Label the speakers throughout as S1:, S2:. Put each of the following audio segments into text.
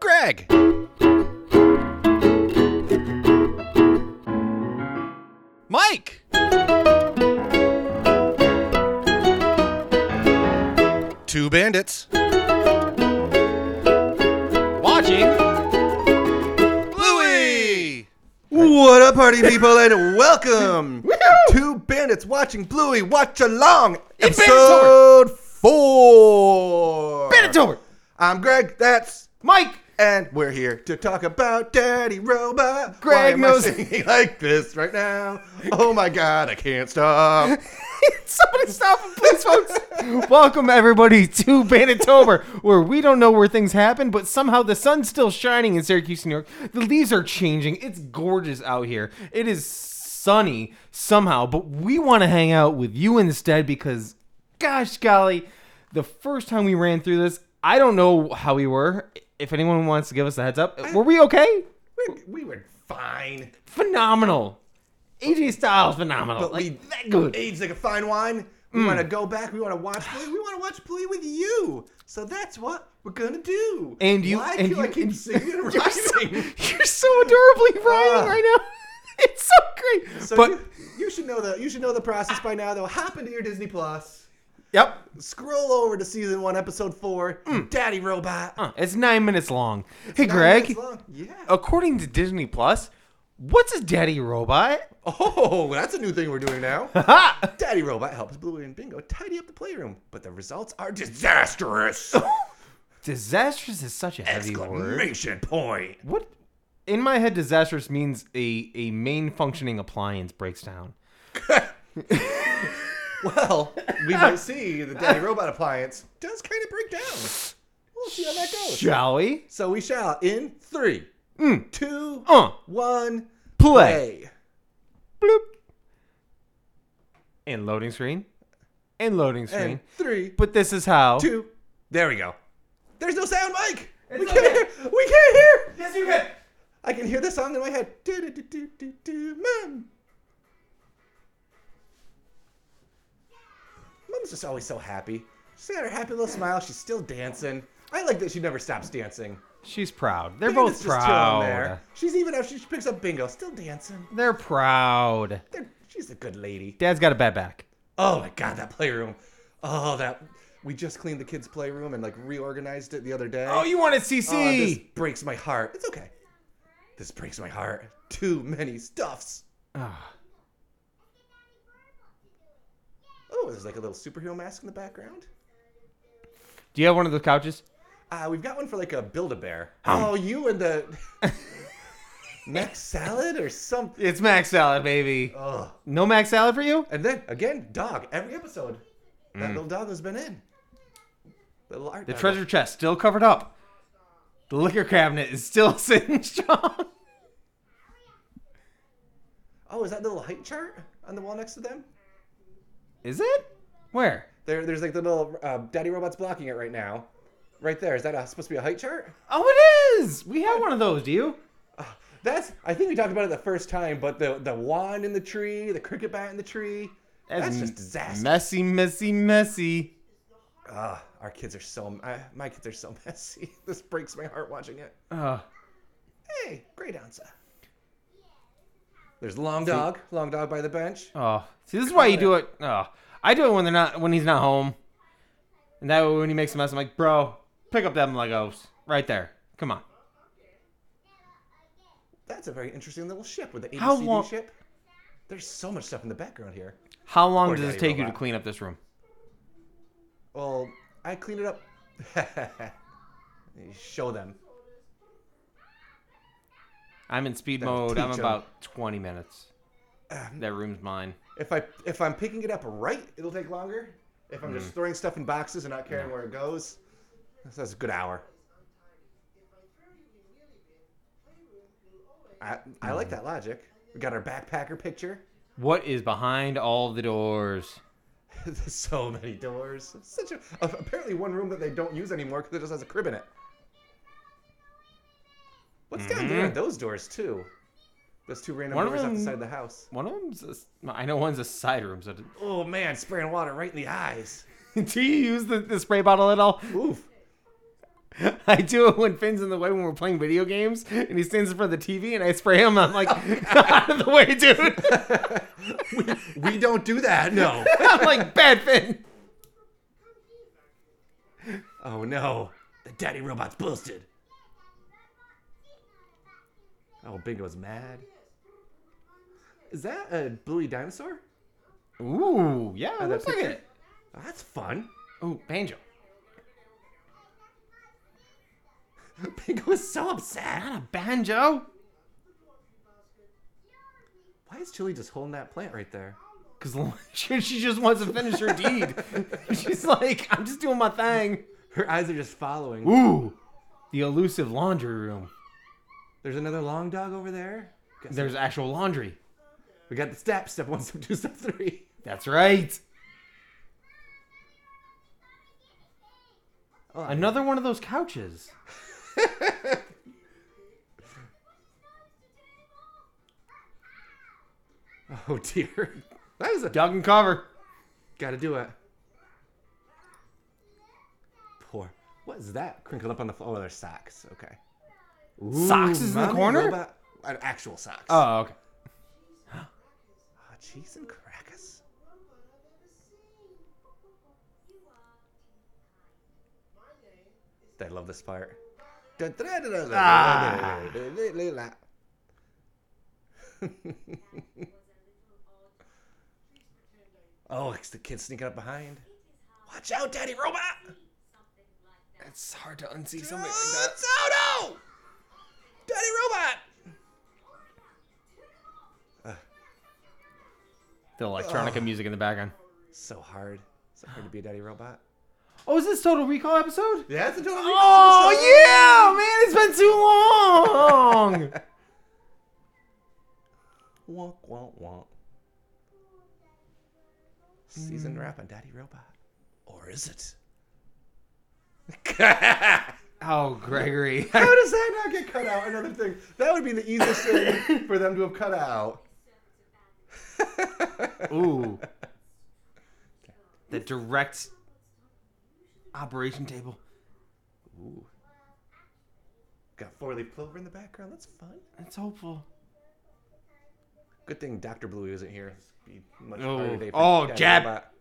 S1: bag. Mike! Two bandits. Watching. Bluey!
S2: What up, party people, and welcome to Bandits Watching Bluey Watch Along,
S1: It's
S2: episode four. I'm Greg. That's
S1: Mike!
S2: and we're here to talk about Daddy Robot.
S1: Greg
S2: Why am I
S1: knows-
S2: singing like this right now. Oh my God, I can't stop.
S1: Somebody stop him, please, folks. Welcome, everybody, to Banditober, where we don't know where things happen, but somehow the sun's still shining in Syracuse, New York. The leaves are changing. It's gorgeous out here. It is sunny somehow, but we want to hang out with you instead because, gosh golly, the first time we ran through this, I don't know how we were. If anyone wants to give us a heads up, were we okay?
S2: we, we were fine.
S1: Phenomenal. AJ Styles, phenomenal.
S2: But
S1: like,
S2: we- Mm.
S1: that good.
S2: Age like a fine wine. We want to go back. We want to watch Bluey. We want to watch Bluey with you. So that's what we're gonna do.
S1: And you-
S2: Why
S1: and
S2: do I
S1: you-
S2: keep
S1: and-
S2: singing and
S1: You're so,
S2: rhyming?
S1: you're so adorably
S2: Ah.
S1: writing right now. It's so great.
S2: So
S1: but
S2: you, you should know the you should know the process by now. Though, hop into your Disney Plus,
S1: yep,
S2: scroll over to season one, episode four, Daddy Robot.
S1: Uh, it's nine minutes long. hey,
S2: Nine
S1: Greg.
S2: minutes long. Yeah.
S1: According to Disney Plus, what's a daddy robot?
S2: Oh, that's a new thing we're doing now.
S1: Ha!
S2: Daddy Robot helps Bluey and Bingo tidy up the playroom, but the results are disastrous.
S1: Disastrous is such a heavy word.
S2: Exclamation point.
S1: What? In my head, disastrous means a a main functioning appliance breaks down.
S2: Well, we might see the Daddy Robot appliance does kind of break down. We'll see how that goes.
S1: Shall we?
S2: So we shall in three,
S1: Mm.
S2: two,
S1: Uh,
S2: one,
S1: play.
S2: play.
S1: Bloop. And loading screen. And loading screen.
S2: And three,
S1: But this is how.
S2: two. There we go. There's no sound, Mike. we
S1: It's
S2: can't
S1: okay.
S2: hear. We can't hear.
S1: Yes, you can.
S2: I can hear the song in my head. Do-do-do-do-do, Mom. Mom's just always so happy. She's got her happy little smile. She's still dancing. I like that she never stops dancing.
S1: She's proud. They're
S2: Bingo's
S1: both
S2: just chilling
S1: proud.
S2: She's even after she picks up Bingo, still dancing.
S1: They're proud.
S2: They're, she's a good lady.
S1: Dad's got a bad back.
S2: Oh my god, that playroom. Oh, that we just cleaned the kids' playroom and like reorganized it the other day.
S1: Oh, you wanted
S2: Oh, this
S1: CC?
S2: breaks my heart. It's okay. This breaks my heart. Too many stuffs.
S1: Ah.
S2: Oh, there's like a little superhero mask in the background.
S1: Do you have one of those couches?
S2: Uh, we've got one for like a Build a Bear. Oh, you and the Max Salad or some.
S1: It's Mac salad, baby.
S2: Ugh.
S1: No Mac salad for you?
S2: And then again, dog. Every episode, that little dog has been in. The, little art
S1: Mm. The
S2: dog.
S1: treasure chest still covered up. The liquor cabinet is still sitting strong.
S2: Oh, is that the little height chart on the wall next to them?
S1: Is it? Where?
S2: There, there's like the little uh, Daddy Robot's blocking it right now. Right there. Is that a, supposed to be a height chart?
S1: Oh, it is. We have one of those. Do you?
S2: That's. I think we talked about it the first time, but the the wand in the tree, the cricket bat in the tree. That's, just disaster.
S1: Messy, messy, messy.
S2: Ah, our kids are so. I, my kids are so messy. This breaks my heart watching it.
S1: Uh,
S2: Hey, great answer. There's long dog, long dog by the bench.
S1: Oh, see, this is why you do it. Oh, I do it when they're not when he's not home, and that way when he makes a mess, I'm like, bro, pick up them Legos right there. Come on.
S2: That's a very interesting little ship with the
S1: How
S2: ABCD
S1: long-
S2: ship. There's so much stuff in the background here.
S1: How long
S2: Poor
S1: does it
S2: daddy
S1: take you to
S2: robot.
S1: clean up this room?
S2: Well, I cleaned it up. Show them.
S1: I'm in speed
S2: That'll
S1: mode.
S2: teach
S1: I'm
S2: 'em.
S1: about 20 minutes.
S2: Um,
S1: That room's mine.
S2: If I if I'm picking it up right, it'll take longer. If I'm just throwing stuff in boxes and not caring where it goes, that's- that's a good hour. I I like that logic. We got our backpacker picture.
S1: What is behind all the doors?
S2: There's so many doors. Such a apparently one room that they don't use anymore because it just has a crib in it. What's down there in those doors too? Those two random
S1: One of
S2: doors off the
S1: them-
S2: side of the house.
S1: One of them's a s I know one's a side room. So
S2: Oh man, spraying water right in the eyes.
S1: do you use the, the spray bottle at all?
S2: Oof.
S1: I do it when Finn's in the way when we're playing video games, and he stands in front of the TV, and I spray him. I'm like, out of the way, dude.
S2: We don't do that. No.
S1: I'm like, bad Finn.
S2: oh no. The daddy robot's busted. Oh, Bingo's mad. Is that a bluey dinosaur?
S1: Ooh, yeah, it
S2: that
S1: looks like
S2: picture?
S1: it.
S2: Oh, That's fun.
S1: Ooh, banjo.
S2: Bingo is so upset.
S1: Not a banjo,
S2: Why is Chili just holding that plant right there?
S1: because she she just wants to finish her deed. She's like, I'm just doing my thing.
S2: Her eyes are just following.
S1: Ooh, the elusive laundry room.
S2: There's another long dog over there. Guess
S1: There's actual laundry.
S2: we got the step, step one, step two, step three.
S1: That's right.
S2: Oh, I-
S1: Another one of those couches.
S2: Oh dear. That was a
S1: Dog and cover.
S2: Gotta do it. Poor. What is that? Crinkled up on the floor. Oh, there's socks. Okay.
S1: Socks is in the
S2: Mommy
S1: corner?
S2: Robot, uh, actual socks.
S1: Oh, okay.
S2: Ah, cheese and crackers. I love this part. Ah. oh, it's the kid sneaking up behind. Watch out, Daddy Robot!
S1: It's hard to unsee
S2: Oh,
S1: something
S2: it's Odo! Daddy Robot!
S1: The electronica music in the background.
S2: So hard. So hard to be a Daddy Robot.
S1: Oh, is this Total Recall episode?
S2: Yeah, it's a total
S1: Oh yeah, man! It's been too long.
S2: Wonk, wonk, wonk. Season wrap on Daddy Robot. Or is it? How
S1: oh, Gregory.
S2: does that not get cut out? Another thing. That would be the easiest thing for them to have cut out.
S1: Ooh. The direct operation table.
S2: Ooh. Got four leaf clover in the background. That's fun.
S1: That's hopeful.
S2: Good thing Dr. Blue isn't here. It'd be much
S1: Oh.
S2: harder day for
S1: Oh,
S2: Daddy
S1: jab.
S2: Robot.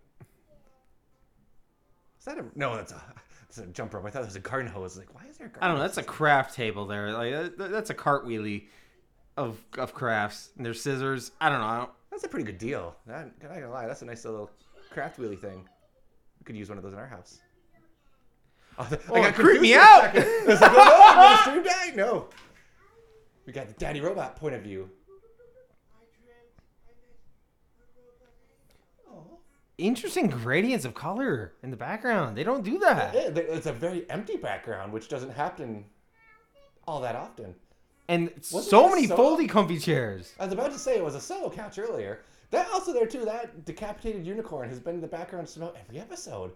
S2: Is that a. No, that's a. That's a jump rope. I thought it was a garden hose. Like, why is there a garden
S1: I don't know.
S2: hose?
S1: That's a craft table there. Like that- that- that's a cartwheelie of of crafts. And there's scissors. I don't know. I don't,
S2: That's a pretty good deal. Not, not gonna lie, that's a nice little craft wheelie thing. We could use one of those in our house. Oh, th-
S1: Oh,
S2: I got
S1: creep me
S2: confused
S1: out!
S2: for a second. I was like, oh, no, I'm gonna stream die. No. We got the daddy robot point of view. Oh.
S1: interesting gradients of color in the background. They don't do that.
S2: Yeah, th- it's a very empty background, which doesn't happen all that often.
S1: And
S2: Wasn't
S1: so
S2: that a
S1: many
S2: solo?
S1: foldy comfy chairs.
S2: I was about to say it was a solo couch earlier. That also there too. That decapitated unicorn has been in the background just about every episode.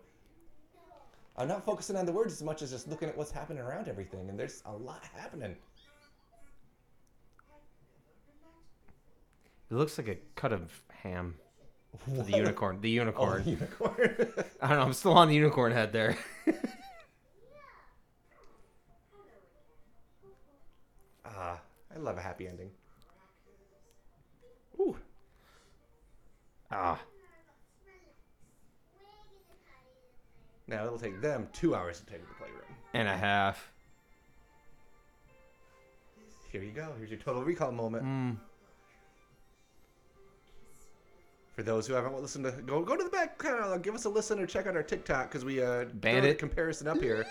S2: I'm not focusing on the words as much as just looking at what's happening around everything, and there's a lot happening.
S1: It looks like a cut of ham.
S2: What?
S1: The unicorn. The
S2: Oh,
S1: unicorn.
S2: unicorn.
S1: I don't know. I'm still on the unicorn head there.
S2: Ah, I love a happy ending. Ooh,
S1: Ah,
S2: now it'll take them two hours to take to the playroom.
S1: and a half.
S2: Here you go. Here's your total recall moment.
S1: Hmm.
S2: For those who haven't listened to, go go to the back catalog, give us a listen or check out our TikTok because we uh
S1: Bandit.
S2: throw the comparison up here,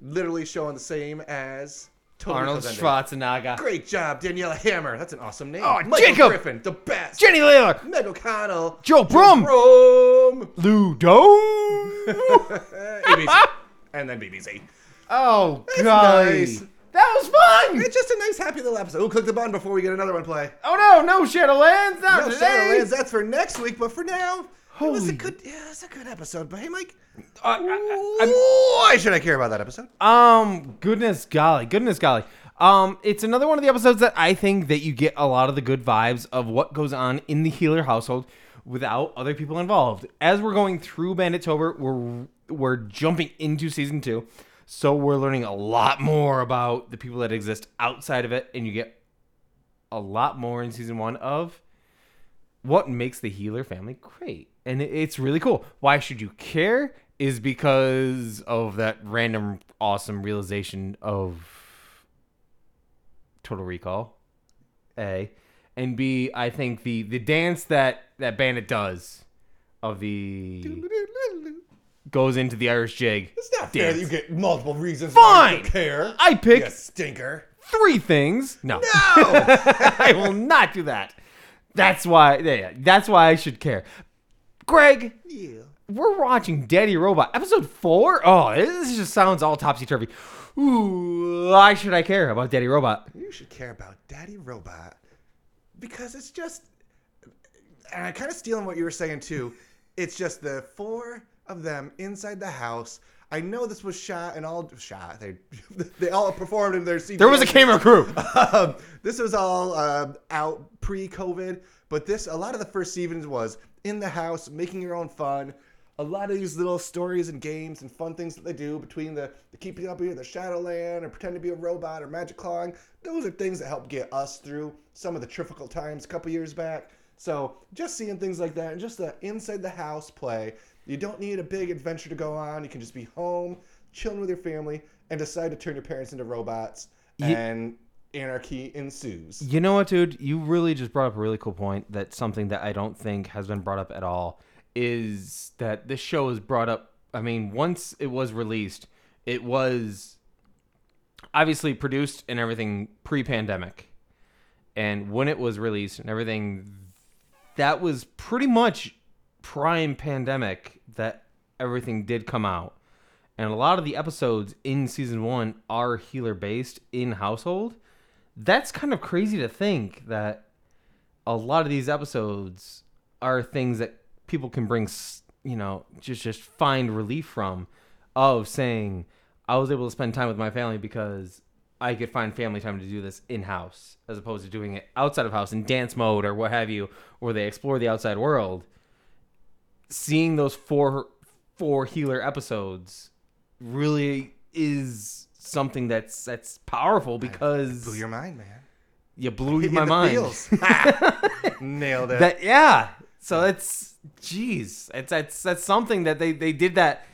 S2: literally showing the same as total
S1: Arnold
S2: Recall's ending.
S1: Schwarzenegger.
S2: Great job, Daniela Hammer. That's an awesome name.
S1: Oh,
S2: Michael
S1: Jacob!
S2: Griffin, the best.
S1: Jenny Layla.
S2: Meg O'Connell.
S1: Joe Brum.
S2: Brum.
S1: Ludo.
S2: ABC. and then BBC.
S1: oh,
S2: That's
S1: God.
S2: nice.
S1: That was fun.
S2: It's just a nice, happy little episode. We'll click the button before we get another one play.
S1: Oh, no. No Shadowlands. Not
S2: No,
S1: today.
S2: Shadowlands, that's for next week, but for now, it was
S1: Holy-
S2: a good, yeah, it's a good episode. But hey, Mike,
S1: Uh, I- I- I'm-
S2: why should I care about that episode?
S1: Um, goodness golly, goodness golly. Um, it's another one of the episodes that I think that you get a lot of the good vibes of what goes on in the healer household without other people involved. As we're going through Bandittober, we're we're jumping into season two. So we're learning a lot more about the people that exist outside of it, and you get a lot more in season one of what makes the healer family great. And it- it's really cool. Why should you care? Is because of that random awesome realization of Total Recall. A. And B, I think the the dance that that Bandit does of the goes into the Irish jig.
S2: It's not fair that you
S1: Dance.
S2: get multiple reasons why you
S1: Fine.
S2: don't care.
S1: I picked
S2: you stinker.
S1: three things. No.
S2: No.
S1: I will not do that. That's why yeah, yeah, that's why I should care. Greg, we're watching Daddy Robot episode 4. Oh, this just sounds all topsy turvy. Ooh, why should I care about Daddy Robot?
S2: You should care about Daddy Robot because it's just, and I kind of stealing what you were saying too. It's just the four of them inside the house. I know this was shot and all shot. They they all performed in their CGI.
S1: There was a camera crew.
S2: um, this was all um out pre-COVID, but this a lot of the first seasons was in the house, making your own fun. A lot of these little stories and games and fun things that they do between the, the keeping up here, the Shadowland, or pretend to be a robot or magic clawing. Those are things that help get us through some of the difficult times a couple years back. So just seeing things like that and just the inside the house play. You don't need a big adventure to go on. You can just be home, chilling with your family, and decide to turn your parents into robots
S1: Ye-
S2: and anarchy ensues.
S1: You know what, dude? You really just brought up a really cool point. That's something that I don't think has been brought up at all. Is that this show is brought up? I mean, once it was released, it was obviously produced and everything pre-pandemic, and when it was released and everything, that was pretty much prime pandemic that everything did come out. And a lot of the episodes in season one are healer based in household that's kind of crazy to think that a lot of these episodes are things that people can bring s- you know just just find relief from of saying i was able to spend time with my family because i could find family time to do this in house as opposed to doing it outside of house in dance mode or what have you where they explore the outside world seeing those four four healer episodes really is something that's that's powerful because
S2: Blew your mind, man.
S1: you blew
S2: Hit you
S1: my
S2: in the
S1: mind.
S2: feels. Ha! Nailed it.
S1: That yeah. So it's jeez. It's that's that's something that they they did that.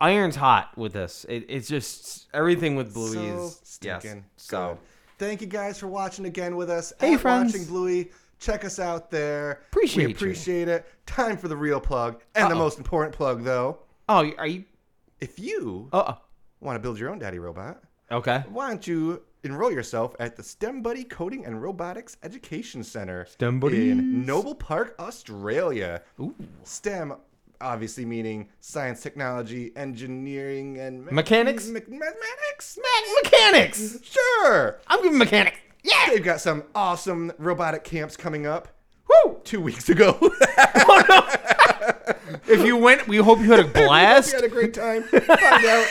S1: Iron's hot with this. It, it's just everything with Bluey
S2: so
S1: is
S2: stinking
S1: yes. So
S2: good. Thank you guys for watching again with us.
S1: Hey,
S2: At
S1: friends.
S2: Watching Bluey. Check us out there.
S1: Appreciate
S2: we
S1: you.
S2: appreciate it. Time for the real plug. And the
S1: Uh-oh.
S2: most important plug, though.
S1: oh, are you?
S2: If you
S1: Oh,
S2: want to build your own daddy robot,
S1: okay.
S2: why don't you enroll yourself at the STEM Buddy Coding and Robotics Education Center
S1: STEM buddies.
S2: in Noble Park, Australia.
S1: Ooh.
S2: STEM, obviously meaning science, technology, engineering, and me-
S1: Mechanics?
S2: me- mathematics.
S1: Me- mechanics.
S2: Sure.
S1: I'm giving mechanics. Yeah.
S2: They've got some awesome robotic camps coming up.
S1: Woo.
S2: Two weeks ago,
S1: If you went, we hope you had a
S2: we
S1: blast.
S2: had a great time. Find out,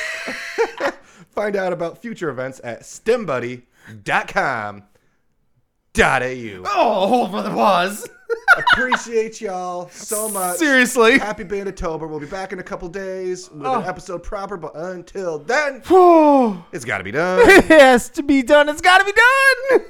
S2: find out about future events at stembuddy.com. Dot au.
S1: oh, hold for the pause.
S2: Appreciate y'all so much.
S1: Seriously.
S2: Happy Banditober. We'll be back in a couple days with
S1: Oh.
S2: an episode proper, but until then,
S1: Whew.
S2: it's got to be done.
S1: it has to be done. It's got to be done.